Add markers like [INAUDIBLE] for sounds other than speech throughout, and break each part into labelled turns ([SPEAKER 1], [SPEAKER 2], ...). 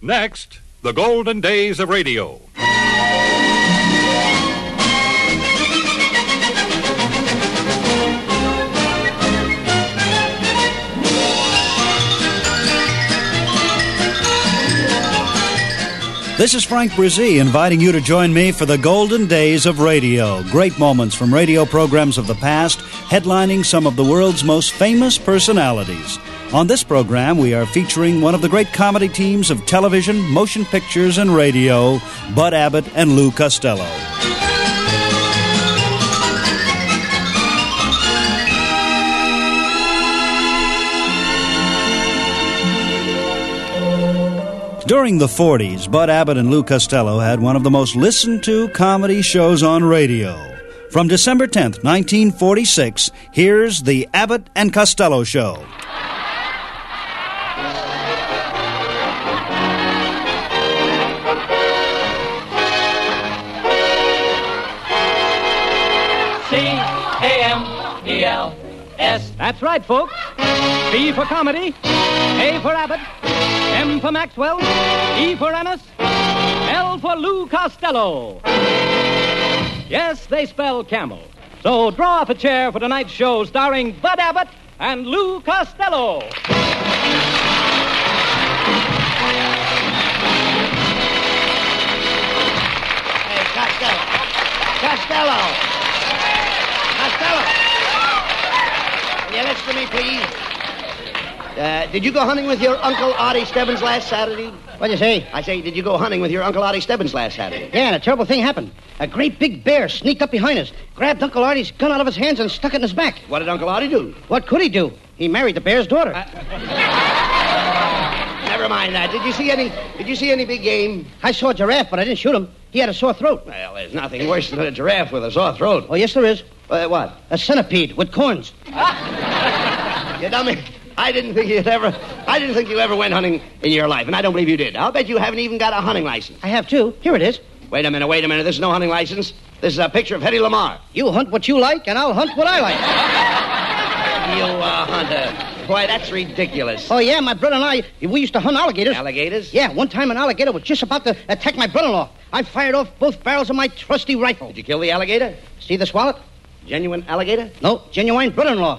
[SPEAKER 1] Next, the golden days of radio.
[SPEAKER 2] This is Frank Brzee inviting you to join me for the golden days of radio. Great moments from radio programs of the past, headlining some of the world's most famous personalities. On this program, we are featuring one of the great comedy teams of television, motion pictures, and radio Bud Abbott and Lou Costello. During the 40s, Bud Abbott and Lou Costello had one of the most listened to comedy shows on radio. From December 10th, 1946, here's The Abbott and Costello Show.
[SPEAKER 3] C A M E L S.
[SPEAKER 4] That's right, folks. B for comedy, A for Abbott, M for Maxwell, E for Ennis, L for Lou Costello. Yes, they spell camel. So draw up a chair for tonight's show starring Bud Abbott and Lou Costello.
[SPEAKER 3] Hey, Costello. Costello. Costello. Yeah, listen to me, please. Uh, did you go hunting with your Uncle Artie Stebbins last Saturday?
[SPEAKER 5] What'd you say?
[SPEAKER 3] I say, did you go hunting with your Uncle Artie Stebbins last Saturday?
[SPEAKER 5] Yeah, and a terrible thing happened. A great big bear sneaked up behind us, grabbed Uncle Artie's gun out of his hands, and stuck it in his back.
[SPEAKER 3] What did Uncle Artie do?
[SPEAKER 5] What could he do? He married the bear's daughter.
[SPEAKER 3] Never mind that. Did you see any? Did you see any big game?
[SPEAKER 5] I saw a giraffe, but I didn't shoot him. He had a sore throat.
[SPEAKER 3] Well, there's nothing worse than a giraffe with a sore throat.
[SPEAKER 5] Oh, yes, there is.
[SPEAKER 3] Uh, what?
[SPEAKER 5] A centipede with corns.
[SPEAKER 3] You dummy. I didn't think you'd ever. I didn't think you ever went hunting in your life, and I don't believe you did. I'll bet you haven't even got a hunting license.
[SPEAKER 5] I have two. Here it is.
[SPEAKER 3] Wait a minute, wait a minute. This is no hunting license. This is a picture of Hetty Lamar.
[SPEAKER 5] You hunt what you like, and I'll hunt what I like.
[SPEAKER 3] You, uh, hunter. Boy, that's ridiculous.
[SPEAKER 5] Oh, yeah, my brother and I, we used to hunt alligators.
[SPEAKER 3] Alligators?
[SPEAKER 5] Yeah, one time an alligator was just about to attack my brother in law. I fired off both barrels of my trusty rifle.
[SPEAKER 3] Did you kill the alligator?
[SPEAKER 5] See this wallet?
[SPEAKER 3] Genuine alligator?
[SPEAKER 5] No, genuine brother in law.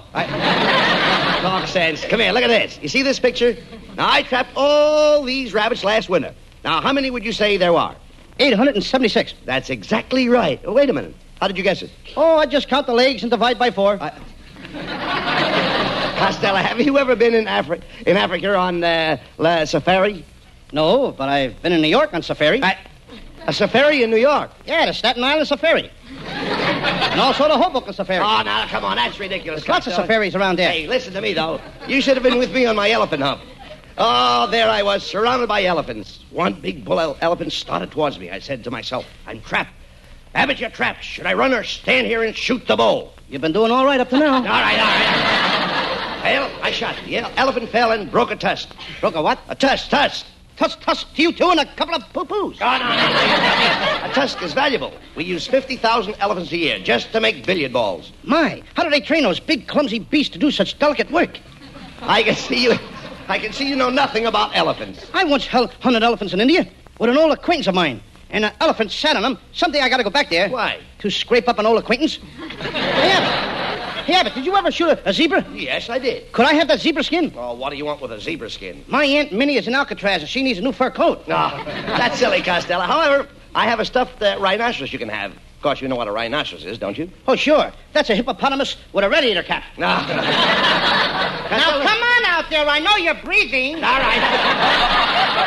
[SPEAKER 3] Talk sense. Come here, look at this. You see this picture? Now, I trapped all these rabbits last winter. Now, how many would you say there are?
[SPEAKER 5] 876.
[SPEAKER 3] That's exactly right. Oh, wait a minute. How did you guess it?
[SPEAKER 5] Oh, I just count the legs and divide by four.
[SPEAKER 3] Costello, have you ever been in, Afri- in Africa on uh, la safari?
[SPEAKER 5] No, but I've been in New York on safari.
[SPEAKER 3] I- A safari in New York?
[SPEAKER 5] Yeah, the Staten Island safari. and also the Hoboken safari.
[SPEAKER 3] Oh, now, come on. That's ridiculous.
[SPEAKER 5] There's lots of
[SPEAKER 3] Costello.
[SPEAKER 5] safaris around there.
[SPEAKER 3] Hey, listen to me, though. You should have been with me on my elephant hump. Oh, there I was, surrounded by elephants. One big bull ele- elephant started towards me. I said to myself, I'm trapped. Abbott, you're trapped. Should I run or stand here and shoot the bull?
[SPEAKER 5] You've been doing all right up to
[SPEAKER 3] All
[SPEAKER 5] now.
[SPEAKER 3] right, all right. Well, I shot. The ele- elephant fell and broke a tusk.
[SPEAKER 5] Broke a what?
[SPEAKER 3] A tusk, tusk.
[SPEAKER 5] Tusk, tusk to you two and a couple of poo-poos.
[SPEAKER 3] Gone on. A tusk is valuable. We use 50,000 elephants a year just to make billiard balls.
[SPEAKER 5] My, how do they train those big, clumsy beasts to do such delicate work?
[SPEAKER 3] I can see you. I can see you know nothing about elephants.
[SPEAKER 5] I once hel- hunted elephants in India with an old acquaintance of mine. And an elephant sat on them. Someday I gotta go back there.
[SPEAKER 3] Why?
[SPEAKER 5] To scrape up an old acquaintance. hey, Abbott. Hey, Abbott, did you ever shoot a, a zebra?
[SPEAKER 3] Yes, I did.
[SPEAKER 5] Could I have that zebra skin?
[SPEAKER 3] Oh, what do you want with a zebra skin?
[SPEAKER 5] My Aunt Minnie is in Alcatraz and she needs a new fur coat.
[SPEAKER 3] No, that's silly, Costello. However, I have a stuffed uh, rhinoceros you can have. Of course, you know what a rhinoceros is, don't you?
[SPEAKER 5] Oh, sure. That's a hippopotamus with a radiator cap.
[SPEAKER 3] No. [LAUGHS] All
[SPEAKER 5] Now, come on out there. I know you're breathing.
[SPEAKER 3] right.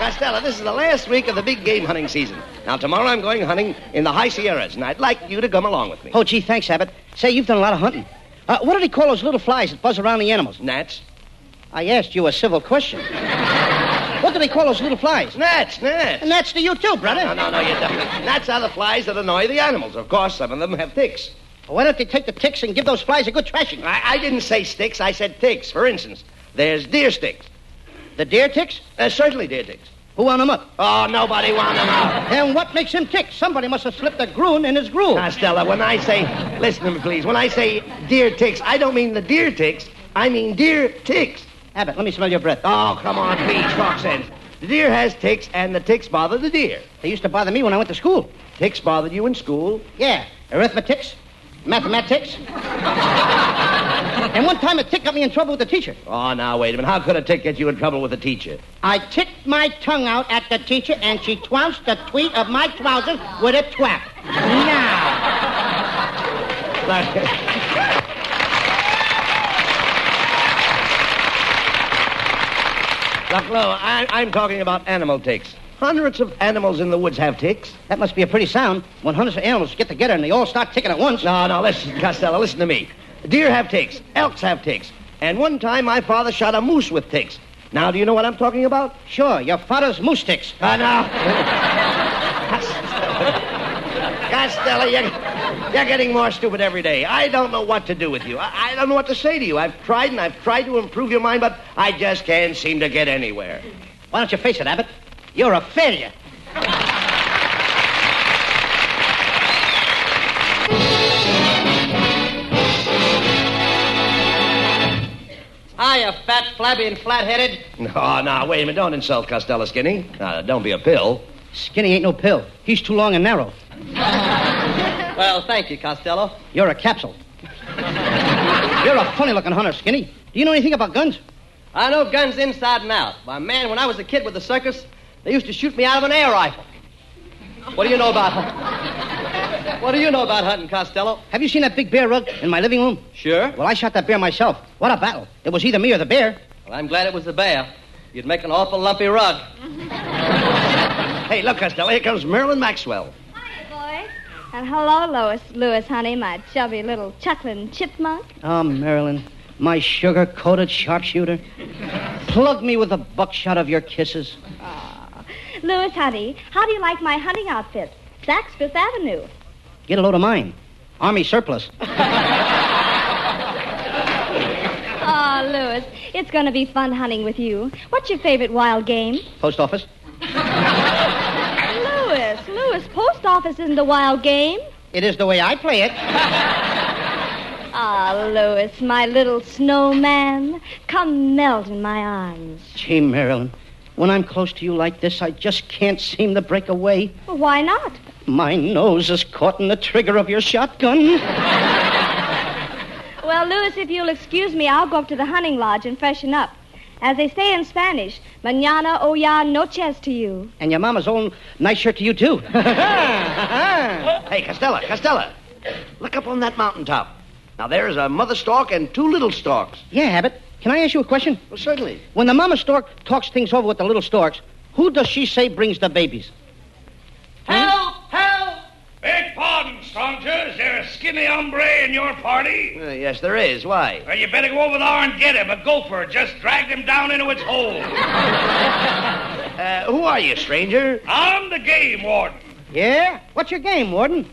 [SPEAKER 3] Costello, this is the last week of the big game hunting season. Now, tomorrow I'm going hunting in the High Sierras, and I'd like you to come along with me.
[SPEAKER 5] Oh, gee, thanks, Abbott. Say, you've done a lot of hunting. Uh, what do they call those little flies that buzz around the animals?
[SPEAKER 3] Gnats?
[SPEAKER 5] I asked you a civil question. what do they call those little flies?
[SPEAKER 3] Gnats, gnats.
[SPEAKER 5] And that's to you, too, brother.
[SPEAKER 3] No, no, no, you don't. Gnats are the flies that annoy the animals. Of course, some of them have ticks.
[SPEAKER 5] Why don't they take the ticks and give those flies a good thrashing?
[SPEAKER 3] I, I didn't say sticks, I said ticks. For instance, there's deer sticks.
[SPEAKER 5] The deer ticks?
[SPEAKER 3] There's certainly deer ticks.
[SPEAKER 5] Who wound them up?
[SPEAKER 3] Oh, nobody wound them out.
[SPEAKER 5] Then what makes him tick? Somebody must have slipped a groon in his groove.
[SPEAKER 3] Costello, when I say, listen to me, please. When I say deer ticks, I don't mean the deer ticks. I mean deer ticks.
[SPEAKER 5] Abbott, let me smell your breath.
[SPEAKER 3] Oh, come on, please, talk sense. The deer has ticks, and the ticks bother the deer.
[SPEAKER 5] They used to bother me when I went to school.
[SPEAKER 3] Ticks bothered you in school.
[SPEAKER 5] Yeah, arithmetics, [LAUGHS] mathematics. and one time a tick got me in trouble with the teacher.
[SPEAKER 3] Oh, now, wait a minute. How could a tick get you in trouble with a teacher?
[SPEAKER 5] I ticked my tongue out at the teacher, and she trounced the tweet of my trousers with a twap. Now,
[SPEAKER 3] Now, no, I, I'm talking about animal ticks. Hundreds of animals in the woods have ticks.
[SPEAKER 5] that must be a pretty sound when hundreds of animals get together and they all start ticking at once.
[SPEAKER 3] No, no, listen, Costello, listen to me. Deer have ticks. Elks have ticks. And one time my father shot a moose with ticks. Now, do you know what I'm talking about?
[SPEAKER 5] Sure, your father's moose ticks.
[SPEAKER 3] Uh, [LAUGHS] now. Costello, you're, you're getting more stupid every day. I don't know what to do with you. I, I don't know what to say to you. I've tried and I've tried to improve your mind, but I just can't seem to get anywhere.
[SPEAKER 5] Why don't you face it, Abbott? You're a failure. Hiya, fat, flabby, and flat-headed.
[SPEAKER 3] No, no, wait a minute. Don't insult Costello Skinny. No, don't be a pill.
[SPEAKER 5] Skinny ain't no pill. He's too long and narrow.
[SPEAKER 6] Well, thank you, Costello.
[SPEAKER 5] You're a capsule. You're a funny-looking hunter, Skinny. Do you know anything about guns?
[SPEAKER 6] I know guns inside and out. Why, man, when I was a kid with the circus, they used to shoot me out of an air rifle. What do you know about hunting? What do you know about hunting, Costello?
[SPEAKER 5] Have you seen that big bear rug in my living room?
[SPEAKER 6] Sure.
[SPEAKER 5] Well, I shot that bear myself. What a battle. It was either me or the bear.
[SPEAKER 6] Well, I'm glad it was the bear. You'd make an awful lumpy rug.
[SPEAKER 3] Hey, look, Costello, here comes Merlin Maxwell.
[SPEAKER 7] Hiya, boys. And hello, Lois Lewis, honey, my chubby little chuckling chipmunk.
[SPEAKER 5] Oh, Marilyn, my sugar-coated sharpshooter. Plug me with the buckshot of your kisses.
[SPEAKER 7] Lewis, honey, how do you like my hunting outfit? Saks Fifth Avenue.
[SPEAKER 5] Get a load of mine. Army surplus.
[SPEAKER 7] Oh, Lewis, it's going to be fun hunting with you. What's your favorite wild game?
[SPEAKER 5] Post
[SPEAKER 6] [LAUGHS]
[SPEAKER 5] office.
[SPEAKER 7] Lewis, Lewis, post office isn't a wild game.
[SPEAKER 5] It is the way I play it.
[SPEAKER 7] Ah, Lewis, my little snowman, come melt in my arms.
[SPEAKER 5] Gee, Marilyn, when I'm close to you like this, I just can't seem to break away.
[SPEAKER 7] Well, why not?
[SPEAKER 5] My nose is caught in the trigger of your shotgun.
[SPEAKER 7] Well, Lewis, if you'll excuse me, I'll go up to the hunting lodge and freshen up. As they say in Spanish, mañana o ya noches to you.
[SPEAKER 5] And your mama's own nice shirt to you, too. [LAUGHS]
[SPEAKER 3] Hey, Costello, Costello, look up on that mountaintop. Now, there's a mother stork and two little storks.
[SPEAKER 5] yeah, Abbott, can I ask you a question?
[SPEAKER 3] Well, certainly.
[SPEAKER 5] When the mama stork talks things over with the little storks, who does she say brings the babies?
[SPEAKER 6] Help!
[SPEAKER 3] Hmm?
[SPEAKER 6] Help!
[SPEAKER 8] Beg pardon, stranger. Is there a skinny hombre in your party?
[SPEAKER 3] Uh, yes, there is. Why?
[SPEAKER 8] Well, you better go over there and get him. A gopher just dragged him down into its hole.
[SPEAKER 3] Uh, who are you, stranger?
[SPEAKER 8] I'm the game warden.
[SPEAKER 5] Yeah? What's your game, Warden?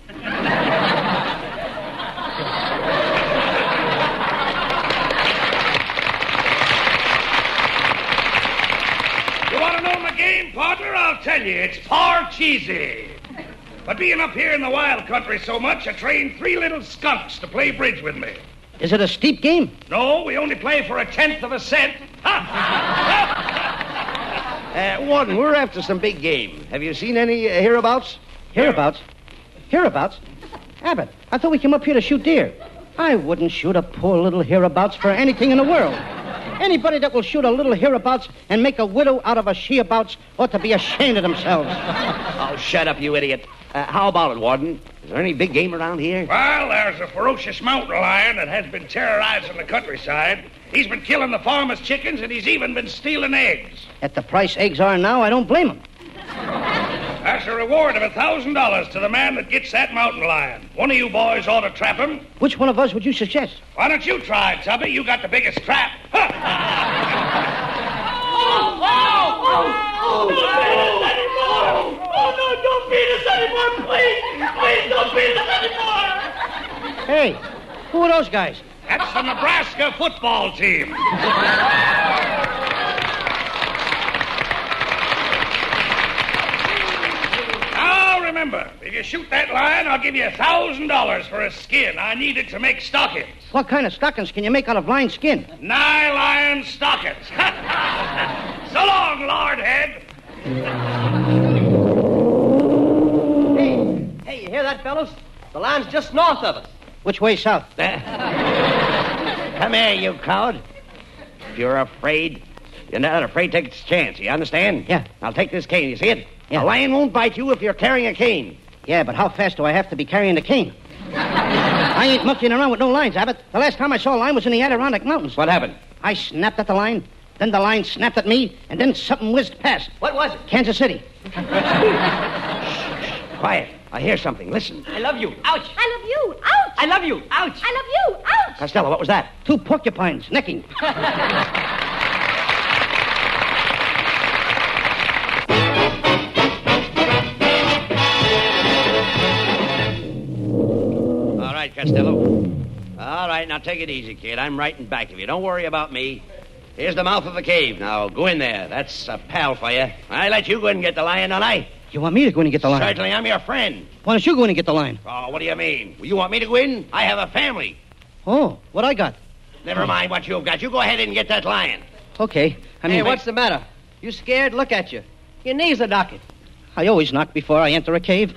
[SPEAKER 8] You want to know my game, partner? I'll tell you. It's par cheesy. But being up here in the wild country so much, I trained three little skunks to play bridge with me.
[SPEAKER 5] Is it a steep game?
[SPEAKER 8] No, Oh, we only play for a tenth of a cent.
[SPEAKER 5] [LAUGHS]
[SPEAKER 3] Uh, Warden, we're after some big game. Have you seen any uh, hereabouts?
[SPEAKER 5] Hereabouts? Hereabouts? Abbott, I thought we came up here to shoot deer. I wouldn't shoot a poor little hereabouts for anything in the world. Anybody that will shoot a little hereabouts and make a widow out of a sheabouts ought to be ashamed of themselves.
[SPEAKER 3] Oh, shut up, you idiot. Uh, how about it, Warden? Is there any big game around here?
[SPEAKER 8] Well, there's a ferocious mountain lion that has been terrorizing the countryside. He's been killing the farmers' chickens, and he's even been stealing eggs.
[SPEAKER 5] At the price eggs are now, I don't blame them.
[SPEAKER 8] That's a reward of a thousand dollars to the man that gets that mountain lion. One of you boys ought to trap him.
[SPEAKER 5] Which one of us would you suggest?
[SPEAKER 8] Why don't you try, it, Tubby? You got the biggest trap. [LAUGHS] Oh, oh,
[SPEAKER 5] Hey, who are those guys?
[SPEAKER 8] That's the Nebraska football team. now remember, if you shoot that lion, I'll give you a thousand dollars for a skin. I need it to make stockings.
[SPEAKER 5] What kind of stockings can you make out of blind skin?
[SPEAKER 9] [LAUGHS]
[SPEAKER 8] Nine lion stockings. so long, Lord Head.
[SPEAKER 6] Hey, hey, you hear that, fellas? The line's just north of us.
[SPEAKER 5] Which way south?
[SPEAKER 3] [LAUGHS] Come here, you coward. If you're afraid, you're not afraid to take its chance. You understand?
[SPEAKER 5] Yeah.
[SPEAKER 3] Now take this cane. You see it?
[SPEAKER 5] Yeah.
[SPEAKER 3] A lion won't bite you if you're carrying a cane.
[SPEAKER 5] Yeah, but how fast do I have to be carrying the cane? I ain't monkeying around with no lines, Abbott. The last time I saw a line was in the Adirondack Mountains.
[SPEAKER 3] What happened?
[SPEAKER 5] I snapped at the line, then the line snapped at me, and then something whizzed past.
[SPEAKER 6] What was it?
[SPEAKER 5] Kansas City.
[SPEAKER 3] Quiet. I hear something. Listen.
[SPEAKER 6] I love you. Ouch.
[SPEAKER 7] I love you. Ouch!
[SPEAKER 6] I love you. Ouch.
[SPEAKER 7] I love you. Ouch!
[SPEAKER 3] Costello, what was that?
[SPEAKER 5] Two porcupines necking. [LAUGHS]
[SPEAKER 3] All right, Costello. All right, now take it easy, kid. I'm right in back of you. Don't worry about me. Here's the mouth of a cave. Now go in there. That's a pal for you. I let you go in and get the lion, don't I?
[SPEAKER 5] You want me to go in and get the line?
[SPEAKER 3] Certainly, I'm your friend.
[SPEAKER 5] Why don't you go in and get the line?
[SPEAKER 3] Oh, what do you mean? You want me to go in? I have a family.
[SPEAKER 5] Oh, what I got?
[SPEAKER 3] Never mind what you've got. You go ahead and get that lion.
[SPEAKER 5] Okay. I mean,
[SPEAKER 6] hey,
[SPEAKER 5] I-
[SPEAKER 6] what's the matter? You scared? Look at you. Your knees are knocking.
[SPEAKER 5] I always knock before I enter a cave.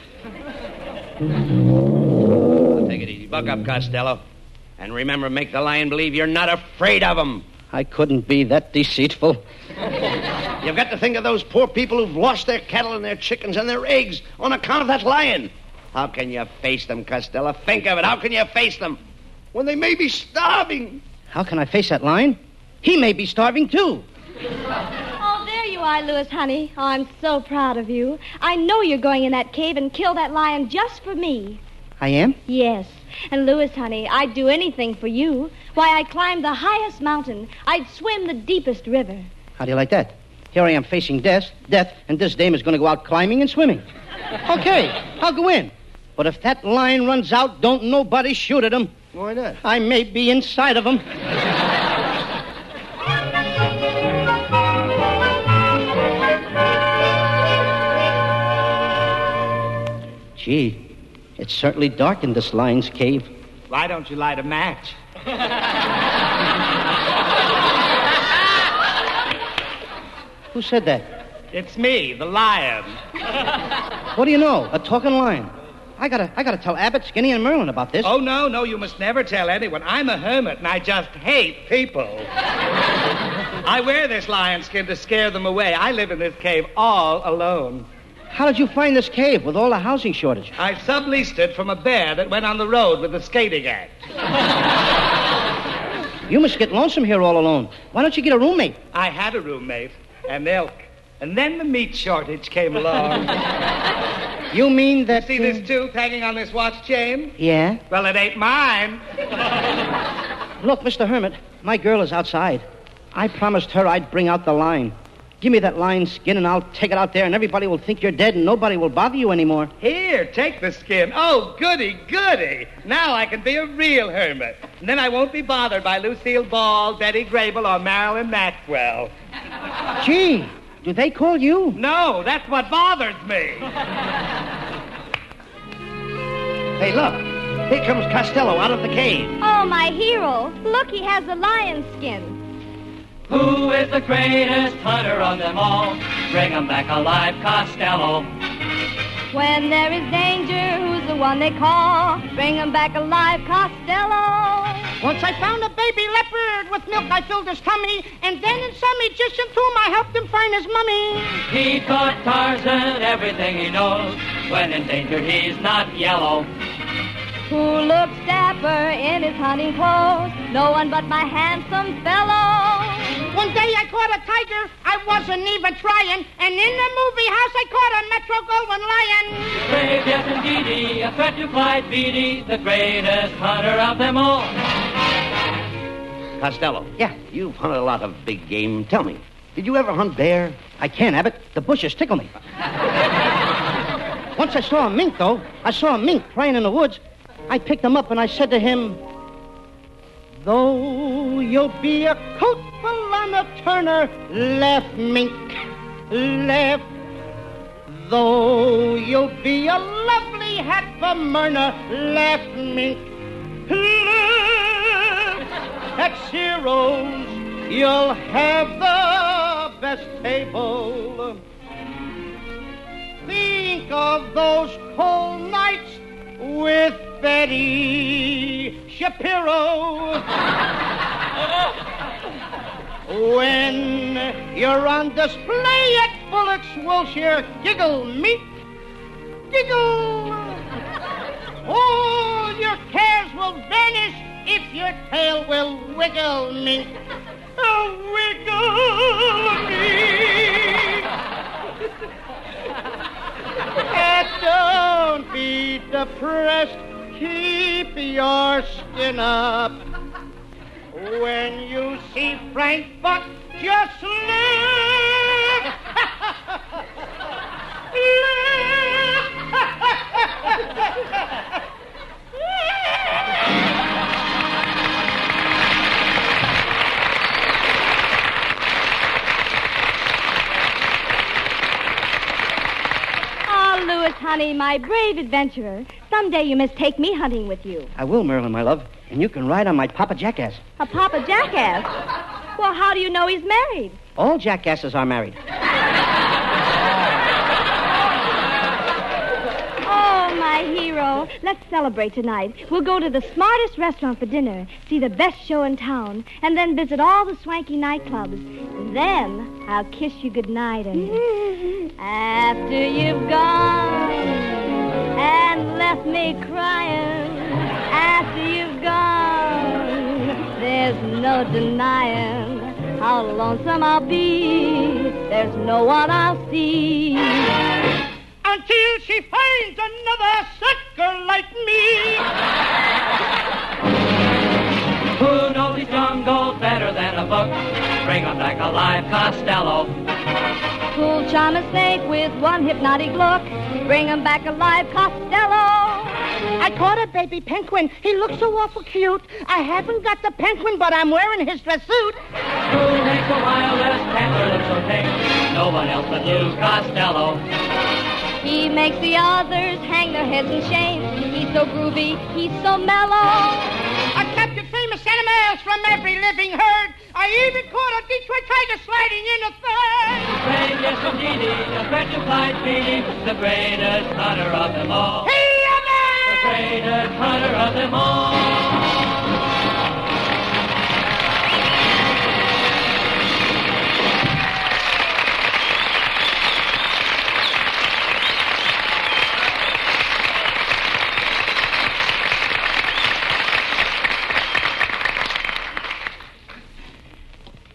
[SPEAKER 3] Now, take it easy. Buck up, Costello. And remember, make the lion believe you're not afraid of him.
[SPEAKER 5] I couldn't be that deceitful.
[SPEAKER 3] You've got to think of those poor people who've lost their cattle and their chickens and their eggs on account of that lion. How can you face them, Costello? Think of it. How can you face them when they may be starving?
[SPEAKER 5] How can I face that line? He may be starving too.
[SPEAKER 7] Oh, there you are, Louis, honey. Oh, I'm so proud of you. I know you're going in that cave and kill that lion just for me.
[SPEAKER 5] I am?
[SPEAKER 7] Yes. And Louis, honey, I'd do anything for you. Why, I'd climb the highest mountain. I'd swim the deepest river.
[SPEAKER 5] How do you like that? Here I am facing death, death, and this dame is going to go out climbing and
[SPEAKER 6] [LAUGHS]
[SPEAKER 5] swimming. Okay, I'll go in. But if that lion runs out, don't nobody shoot at him.
[SPEAKER 6] Why not?
[SPEAKER 5] I may be inside of
[SPEAKER 6] [LAUGHS]
[SPEAKER 5] him. Gee, it's certainly dark in this lion's cave.
[SPEAKER 6] Why don't you light a match?
[SPEAKER 5] Who said that?
[SPEAKER 6] It's me, the lion.
[SPEAKER 5] What do you know? A talking lion. I gotta, I gotta tell Abbott, Skinny, and Merlin about this.
[SPEAKER 9] Oh, no, no, you must never tell anyone. I'm a hermit and I just hate people. [LAUGHS] I wear this lion skin to scare them away. I live in this cave all alone.
[SPEAKER 5] How did you find this cave with all the housing shortage?
[SPEAKER 9] I subleased it from a bear that went on the road with the skating act.
[SPEAKER 5] You must get lonesome here all alone. Why don't you get a roommate?
[SPEAKER 9] I had a roommate, an elk, and then the meat shortage came [LAUGHS] along.
[SPEAKER 5] You mean that?
[SPEAKER 9] See
[SPEAKER 5] uh,
[SPEAKER 9] this tooth hanging on this watch chain?
[SPEAKER 5] Yeah.
[SPEAKER 9] Well, it ain't mine.
[SPEAKER 5] Look, Mr. Hermit, my girl is outside. I promised her I'd bring out the line. Give me that lion skin and I'll take it out there and everybody will think you're dead and nobody will bother you anymore.
[SPEAKER 9] Here, take the skin. Oh, goody, goody. Now I can be a real hermit. And then I won't be bothered by Lucille Ball, Betty Grable, or Marilyn Maxwell.
[SPEAKER 5] Gee, do they call you?
[SPEAKER 9] No, that's what bothers me.
[SPEAKER 3] Hey, look. Here comes Costello out of the cave.
[SPEAKER 7] Oh, my hero. Look, he has the lion skin.
[SPEAKER 6] Who is the greatest hunter of them all? Bring him back alive, Costello.
[SPEAKER 7] When there is danger, who's the one they call? Bring him back alive, Costello.
[SPEAKER 5] Once I found a baby leopard. With milk I filled his tummy. And then in some Egyptian tomb I helped him find his mummy.
[SPEAKER 6] He taught Tarzan everything he knows. When in danger, he's not yellow.
[SPEAKER 7] Who looks dapper in his hunting clothes? No one but my handsome fellow.
[SPEAKER 5] One day I caught a tiger. I wasn't even trying. And in the movie house I caught a Metro Goldwyn lion.
[SPEAKER 6] Brave, yes, indeedy, a threat to flight, Beady, the greatest hunter of them all.
[SPEAKER 3] Costello.
[SPEAKER 5] Yeah.
[SPEAKER 3] You've hunted a lot of big game. Tell me, did you ever hunt bear?
[SPEAKER 5] I can't, Abbott. The bushes tickle [LAUGHS] me. Once I saw a mink, though. I saw a mink crying in the woods. I picked him up and I said to him, Though you'll be a coat full on a turner, left mink, left. Though you'll be a lovely hat for Myrna, left mink, left. Ex heroes, you'll have the best table. of those cold nights with Betty Shapiro. when you're on display at Bullock's Wilshire, giggle, meet, giggle. All your cares will vanish if your tail will wiggle, mink. Oh, wiggle, mink. And don't be depressed. Keep your skin up. When you see Frank Buck, just look.
[SPEAKER 7] Oh, Louis, honey, my brave adventurer. Someday you must take me hunting with you.
[SPEAKER 5] I will, Marilyn, my love. And you can ride on my Papa Jackass.
[SPEAKER 7] A Papa Jackass. Well, how do you know he's married?
[SPEAKER 5] All jackasses are married.
[SPEAKER 7] Oh, my hero. Let's celebrate tonight. We'll go to the smartest restaurant for dinner, see the best show in town, and then visit all the swanky nightclubs. Then I'll kiss you goodnight and. After you've gone and left me crying, after you've gone, there's no denying how lonesome I'll be. There's no one I'll see
[SPEAKER 5] Until she finds another sucker like me.
[SPEAKER 6] Who knows the jungle better than a book? Bring him back alive, Costello.
[SPEAKER 7] Fool charm a snake with one hypnotic look. Bring him back alive, Costello.
[SPEAKER 5] I caught a baby penguin. He looks so awful cute. I haven't got the penguin, but I'm wearing his dress suit.
[SPEAKER 6] Who makes the wildest panther look so pink? No one else but you, Costello.
[SPEAKER 7] He makes the others hang their heads in shame. He's so groovy, he's so mellow.
[SPEAKER 5] I captured famous animals from every living herd. I even caught a Detroit tiger sliding in a third.
[SPEAKER 6] Great yes, indeed, the petrified feeling, the greatest hunter of them all. The greatest hunter of them all.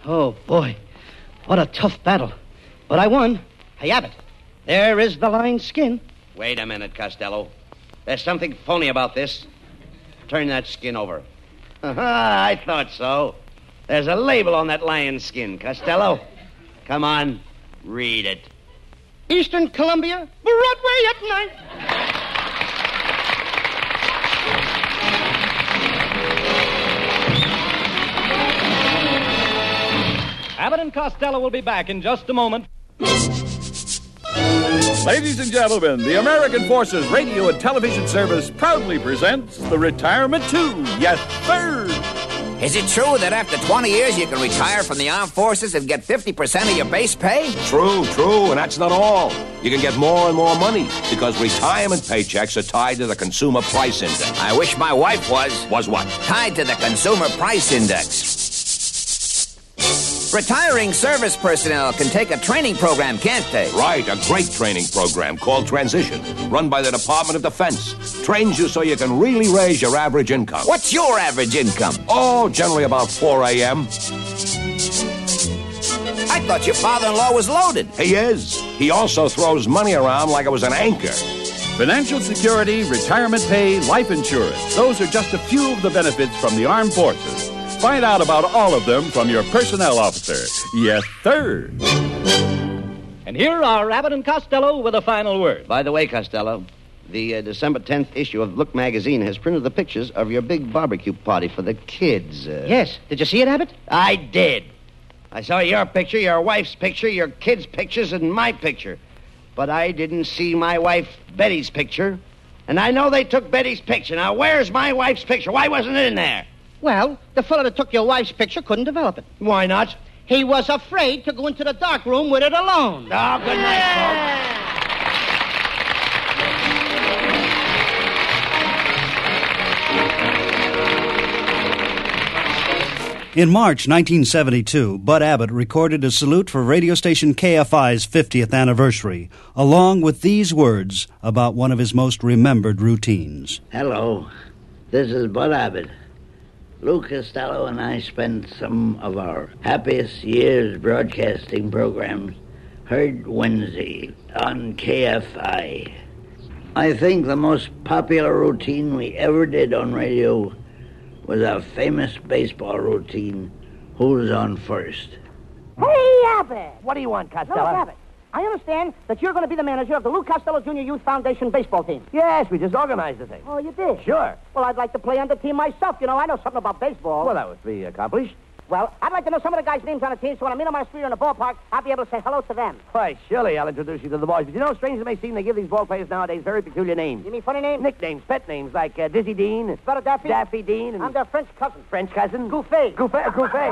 [SPEAKER 5] Oh, boy. What a tough battle. But I won. Hey, Abbott, there is the lion's skin.
[SPEAKER 3] Wait a minute, Costello. There's something phony about this. Turn that skin over. [LAUGHS] I thought so. There's a label on that lion's skin, Costello. Come on, read it.
[SPEAKER 5] Eastern Columbia, Broadway at night.
[SPEAKER 4] Abbott and Costello will be back in just a moment.
[SPEAKER 1] Ladies and gentlemen, the American Forces Radio and Television Service proudly presents the Retirement 2. Yes, sir!
[SPEAKER 10] Is it true that after 20 years you can retire from the armed forces and get 50% of your base pay?
[SPEAKER 11] True, true, and that's not all. You can get more and more money because retirement paychecks are tied to the Consumer Price Index.
[SPEAKER 10] I wish my wife was
[SPEAKER 11] Was what?
[SPEAKER 10] tied to the Consumer Price Index. Retiring service personnel can take a training program, can't they?
[SPEAKER 11] Right, a great training program called Transition, run by the Department of Defense. Trains you so you can really raise your average income.
[SPEAKER 10] What's your average income?
[SPEAKER 11] Oh, generally about 4 a.m.
[SPEAKER 10] I thought your father in law was loaded.
[SPEAKER 11] He is. He also throws money around like it was an anchor.
[SPEAKER 1] Financial security, retirement pay, life insurance. Those are just a few of the benefits from the armed forces. Find out about all of them from your personnel officer. Yes, sir!
[SPEAKER 4] And here are Abbott and Costello with a final word.
[SPEAKER 3] By the way, Costello, the uh, December 10th issue of Look magazine has printed the pictures of your big barbecue party for the kids. Uh,
[SPEAKER 5] Yes. Did you see it, Abbott?
[SPEAKER 3] I did. I saw your picture, your wife's picture, your kids' pictures, and my picture. But I didn't see my wife Betty's picture. And I know they took Betty's picture. Now, where's my wife's picture? Why wasn't it in there?
[SPEAKER 5] Well, the fellow that took your wife's picture couldn't develop it.
[SPEAKER 3] Why not?
[SPEAKER 5] He was afraid to go into the dark room with it alone.
[SPEAKER 3] Oh, good night, folks.
[SPEAKER 2] In March 1972, Bud Abbott recorded a salute for radio station KFI's 50th anniversary, along with these words about one of his most remembered routines.
[SPEAKER 8] Hello, this is Bud Abbott. Lou Costello and I spent some of our happiest years broadcasting programs heard Wednesday on KFI. I think the most popular routine we ever did on radio was our famous baseball routine, Who's on First?
[SPEAKER 5] Hey, Abbott!
[SPEAKER 3] What do you want,
[SPEAKER 5] Look, Abbott, I understand that you're going to be the manager of the Lou Costello Jr. Youth Foundation baseball team.
[SPEAKER 3] Yes, we just organized the thing.
[SPEAKER 5] Oh, you did?
[SPEAKER 3] Sure.
[SPEAKER 5] Well, I'd like to play on the team myself. You know, I know something about baseball.
[SPEAKER 3] Well, that would be accomplished.
[SPEAKER 5] Well, I'd like to know some of the guys' names on the team, so when I meet them on the street or in the ballpark, I'll be able to say hello to them.
[SPEAKER 3] Why, surely I'll introduce you to the boys. But you know, strange as it may seem, they give these ball players nowadays very peculiar names.
[SPEAKER 5] You mean funny names?
[SPEAKER 3] Nicknames, pet names like uh, Dizzy Dean,
[SPEAKER 5] Better Daffy?
[SPEAKER 3] Daffy Dean, and
[SPEAKER 5] I'm their French cousin.
[SPEAKER 3] French cousin.
[SPEAKER 5] Gouffet.
[SPEAKER 3] Gouffet, Gouffet.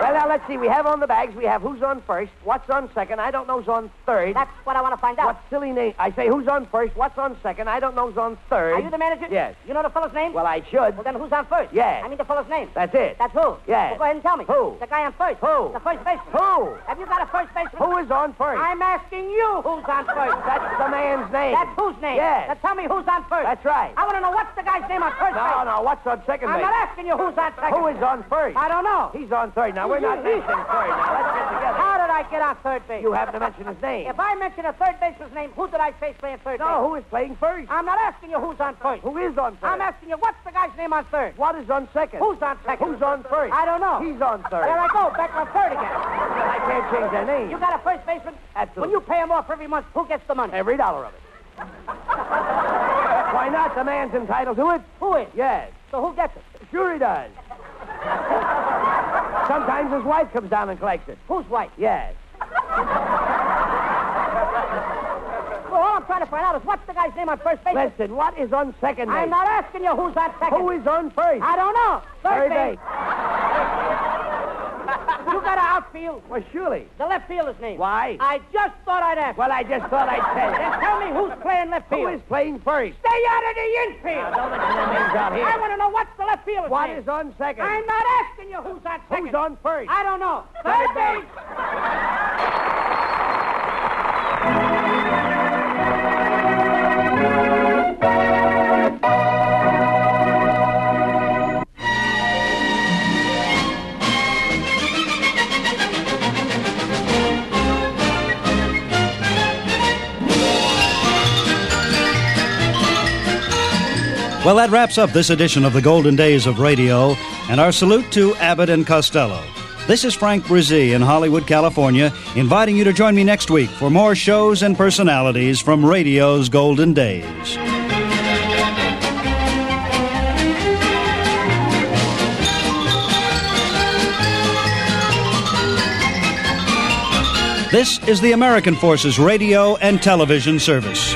[SPEAKER 3] well, now, let's see. We have on the bags, we have who's on first, what's on second, I don't know's on third.
[SPEAKER 5] That's what I want to find out.
[SPEAKER 3] What silly name? I say who's on first, what's on second, I don't know's on third.
[SPEAKER 5] Are you the manager?
[SPEAKER 3] Yes.
[SPEAKER 5] You know the fellow's name?
[SPEAKER 3] Well, I should.
[SPEAKER 5] Well, then who's on first?
[SPEAKER 3] Yes.
[SPEAKER 5] I mean the fellow's name.
[SPEAKER 3] That's it.
[SPEAKER 5] That's who?
[SPEAKER 3] Yes.
[SPEAKER 5] Well, go ahead and tell me.
[SPEAKER 3] Who?
[SPEAKER 5] The guy on first.
[SPEAKER 3] Who?
[SPEAKER 5] The first baseman.
[SPEAKER 3] Who?
[SPEAKER 5] Have you got a first baseman?
[SPEAKER 3] Who is on first?
[SPEAKER 5] I'm asking you who's on first.
[SPEAKER 3] That's the man's name.
[SPEAKER 5] That's whose name?
[SPEAKER 3] Yes.
[SPEAKER 5] Now tell me who's on first.
[SPEAKER 3] That's right.
[SPEAKER 5] I want to know what's the guy's name on first
[SPEAKER 3] No,
[SPEAKER 5] base.
[SPEAKER 3] no, what's on second
[SPEAKER 5] I'm
[SPEAKER 3] base?
[SPEAKER 5] not asking you who's on second.
[SPEAKER 3] Who is on first?
[SPEAKER 5] I don't know.
[SPEAKER 3] He's on third. Now,
[SPEAKER 5] [LAUGHS]
[SPEAKER 3] we're not mentioning third. Now, let's get together.
[SPEAKER 5] How did I get on third base?
[SPEAKER 3] You haven't mentioned his name.
[SPEAKER 5] If I mention a third baseman's name, who did I face playing third
[SPEAKER 3] No,
[SPEAKER 5] base?
[SPEAKER 3] who is playing first?
[SPEAKER 5] I'm not asking you who's on first.
[SPEAKER 3] Who is on 1st
[SPEAKER 5] I'm asking you what's the guy's name on third.
[SPEAKER 3] What is on second?
[SPEAKER 5] Who's on second?
[SPEAKER 3] Who's on first?
[SPEAKER 5] I don't know.
[SPEAKER 3] He's on third.
[SPEAKER 5] There I go, back on third again.
[SPEAKER 3] I can't change their name.
[SPEAKER 5] You got a first baseman?
[SPEAKER 3] Absolutely.
[SPEAKER 5] When you pay him off every month, who gets the money?
[SPEAKER 3] every dollar
[SPEAKER 5] [LAUGHS]
[SPEAKER 3] of it. Why not? The man's entitled to it.
[SPEAKER 5] Who is?
[SPEAKER 3] Yes.
[SPEAKER 5] So who gets it?
[SPEAKER 3] Sure he does. Sometimes his wife comes down and collects it.
[SPEAKER 5] Who's white? [LAUGHS]
[SPEAKER 3] Yes.
[SPEAKER 5] Well, all I'm trying to find out is what's the guy's name on first base?
[SPEAKER 3] Listen, what is on second base?
[SPEAKER 5] I'm not asking you who's on second.
[SPEAKER 3] Who is on first?
[SPEAKER 5] I don't know. Third
[SPEAKER 3] Very
[SPEAKER 5] base. You got an outfield.
[SPEAKER 3] Well, surely.
[SPEAKER 5] The left fielder's name.
[SPEAKER 3] Why?
[SPEAKER 5] I just thought I'd ask.
[SPEAKER 3] Well, I just thought I'd tell
[SPEAKER 5] Then
[SPEAKER 3] you.
[SPEAKER 5] tell me who's playing left
[SPEAKER 3] Who
[SPEAKER 5] field.
[SPEAKER 3] is playing first?
[SPEAKER 5] Stay out of the infield.
[SPEAKER 3] Don't mention their names out
[SPEAKER 5] I
[SPEAKER 3] here.
[SPEAKER 5] want to know what's the left fielder's
[SPEAKER 3] What
[SPEAKER 5] name.
[SPEAKER 3] is on second?
[SPEAKER 5] I'm not asking you who's on second.
[SPEAKER 3] Who's on first?
[SPEAKER 5] I don't know.
[SPEAKER 3] Third
[SPEAKER 5] Third base.
[SPEAKER 2] Well, that wraps up this edition of the Golden Days of Radio and our salute to Abbott and Costello. This is Frank Brzee in Hollywood, California, inviting you to join me next week for more shows and personalities from radio's Golden Days. This is the American Forces Radio and Television Service.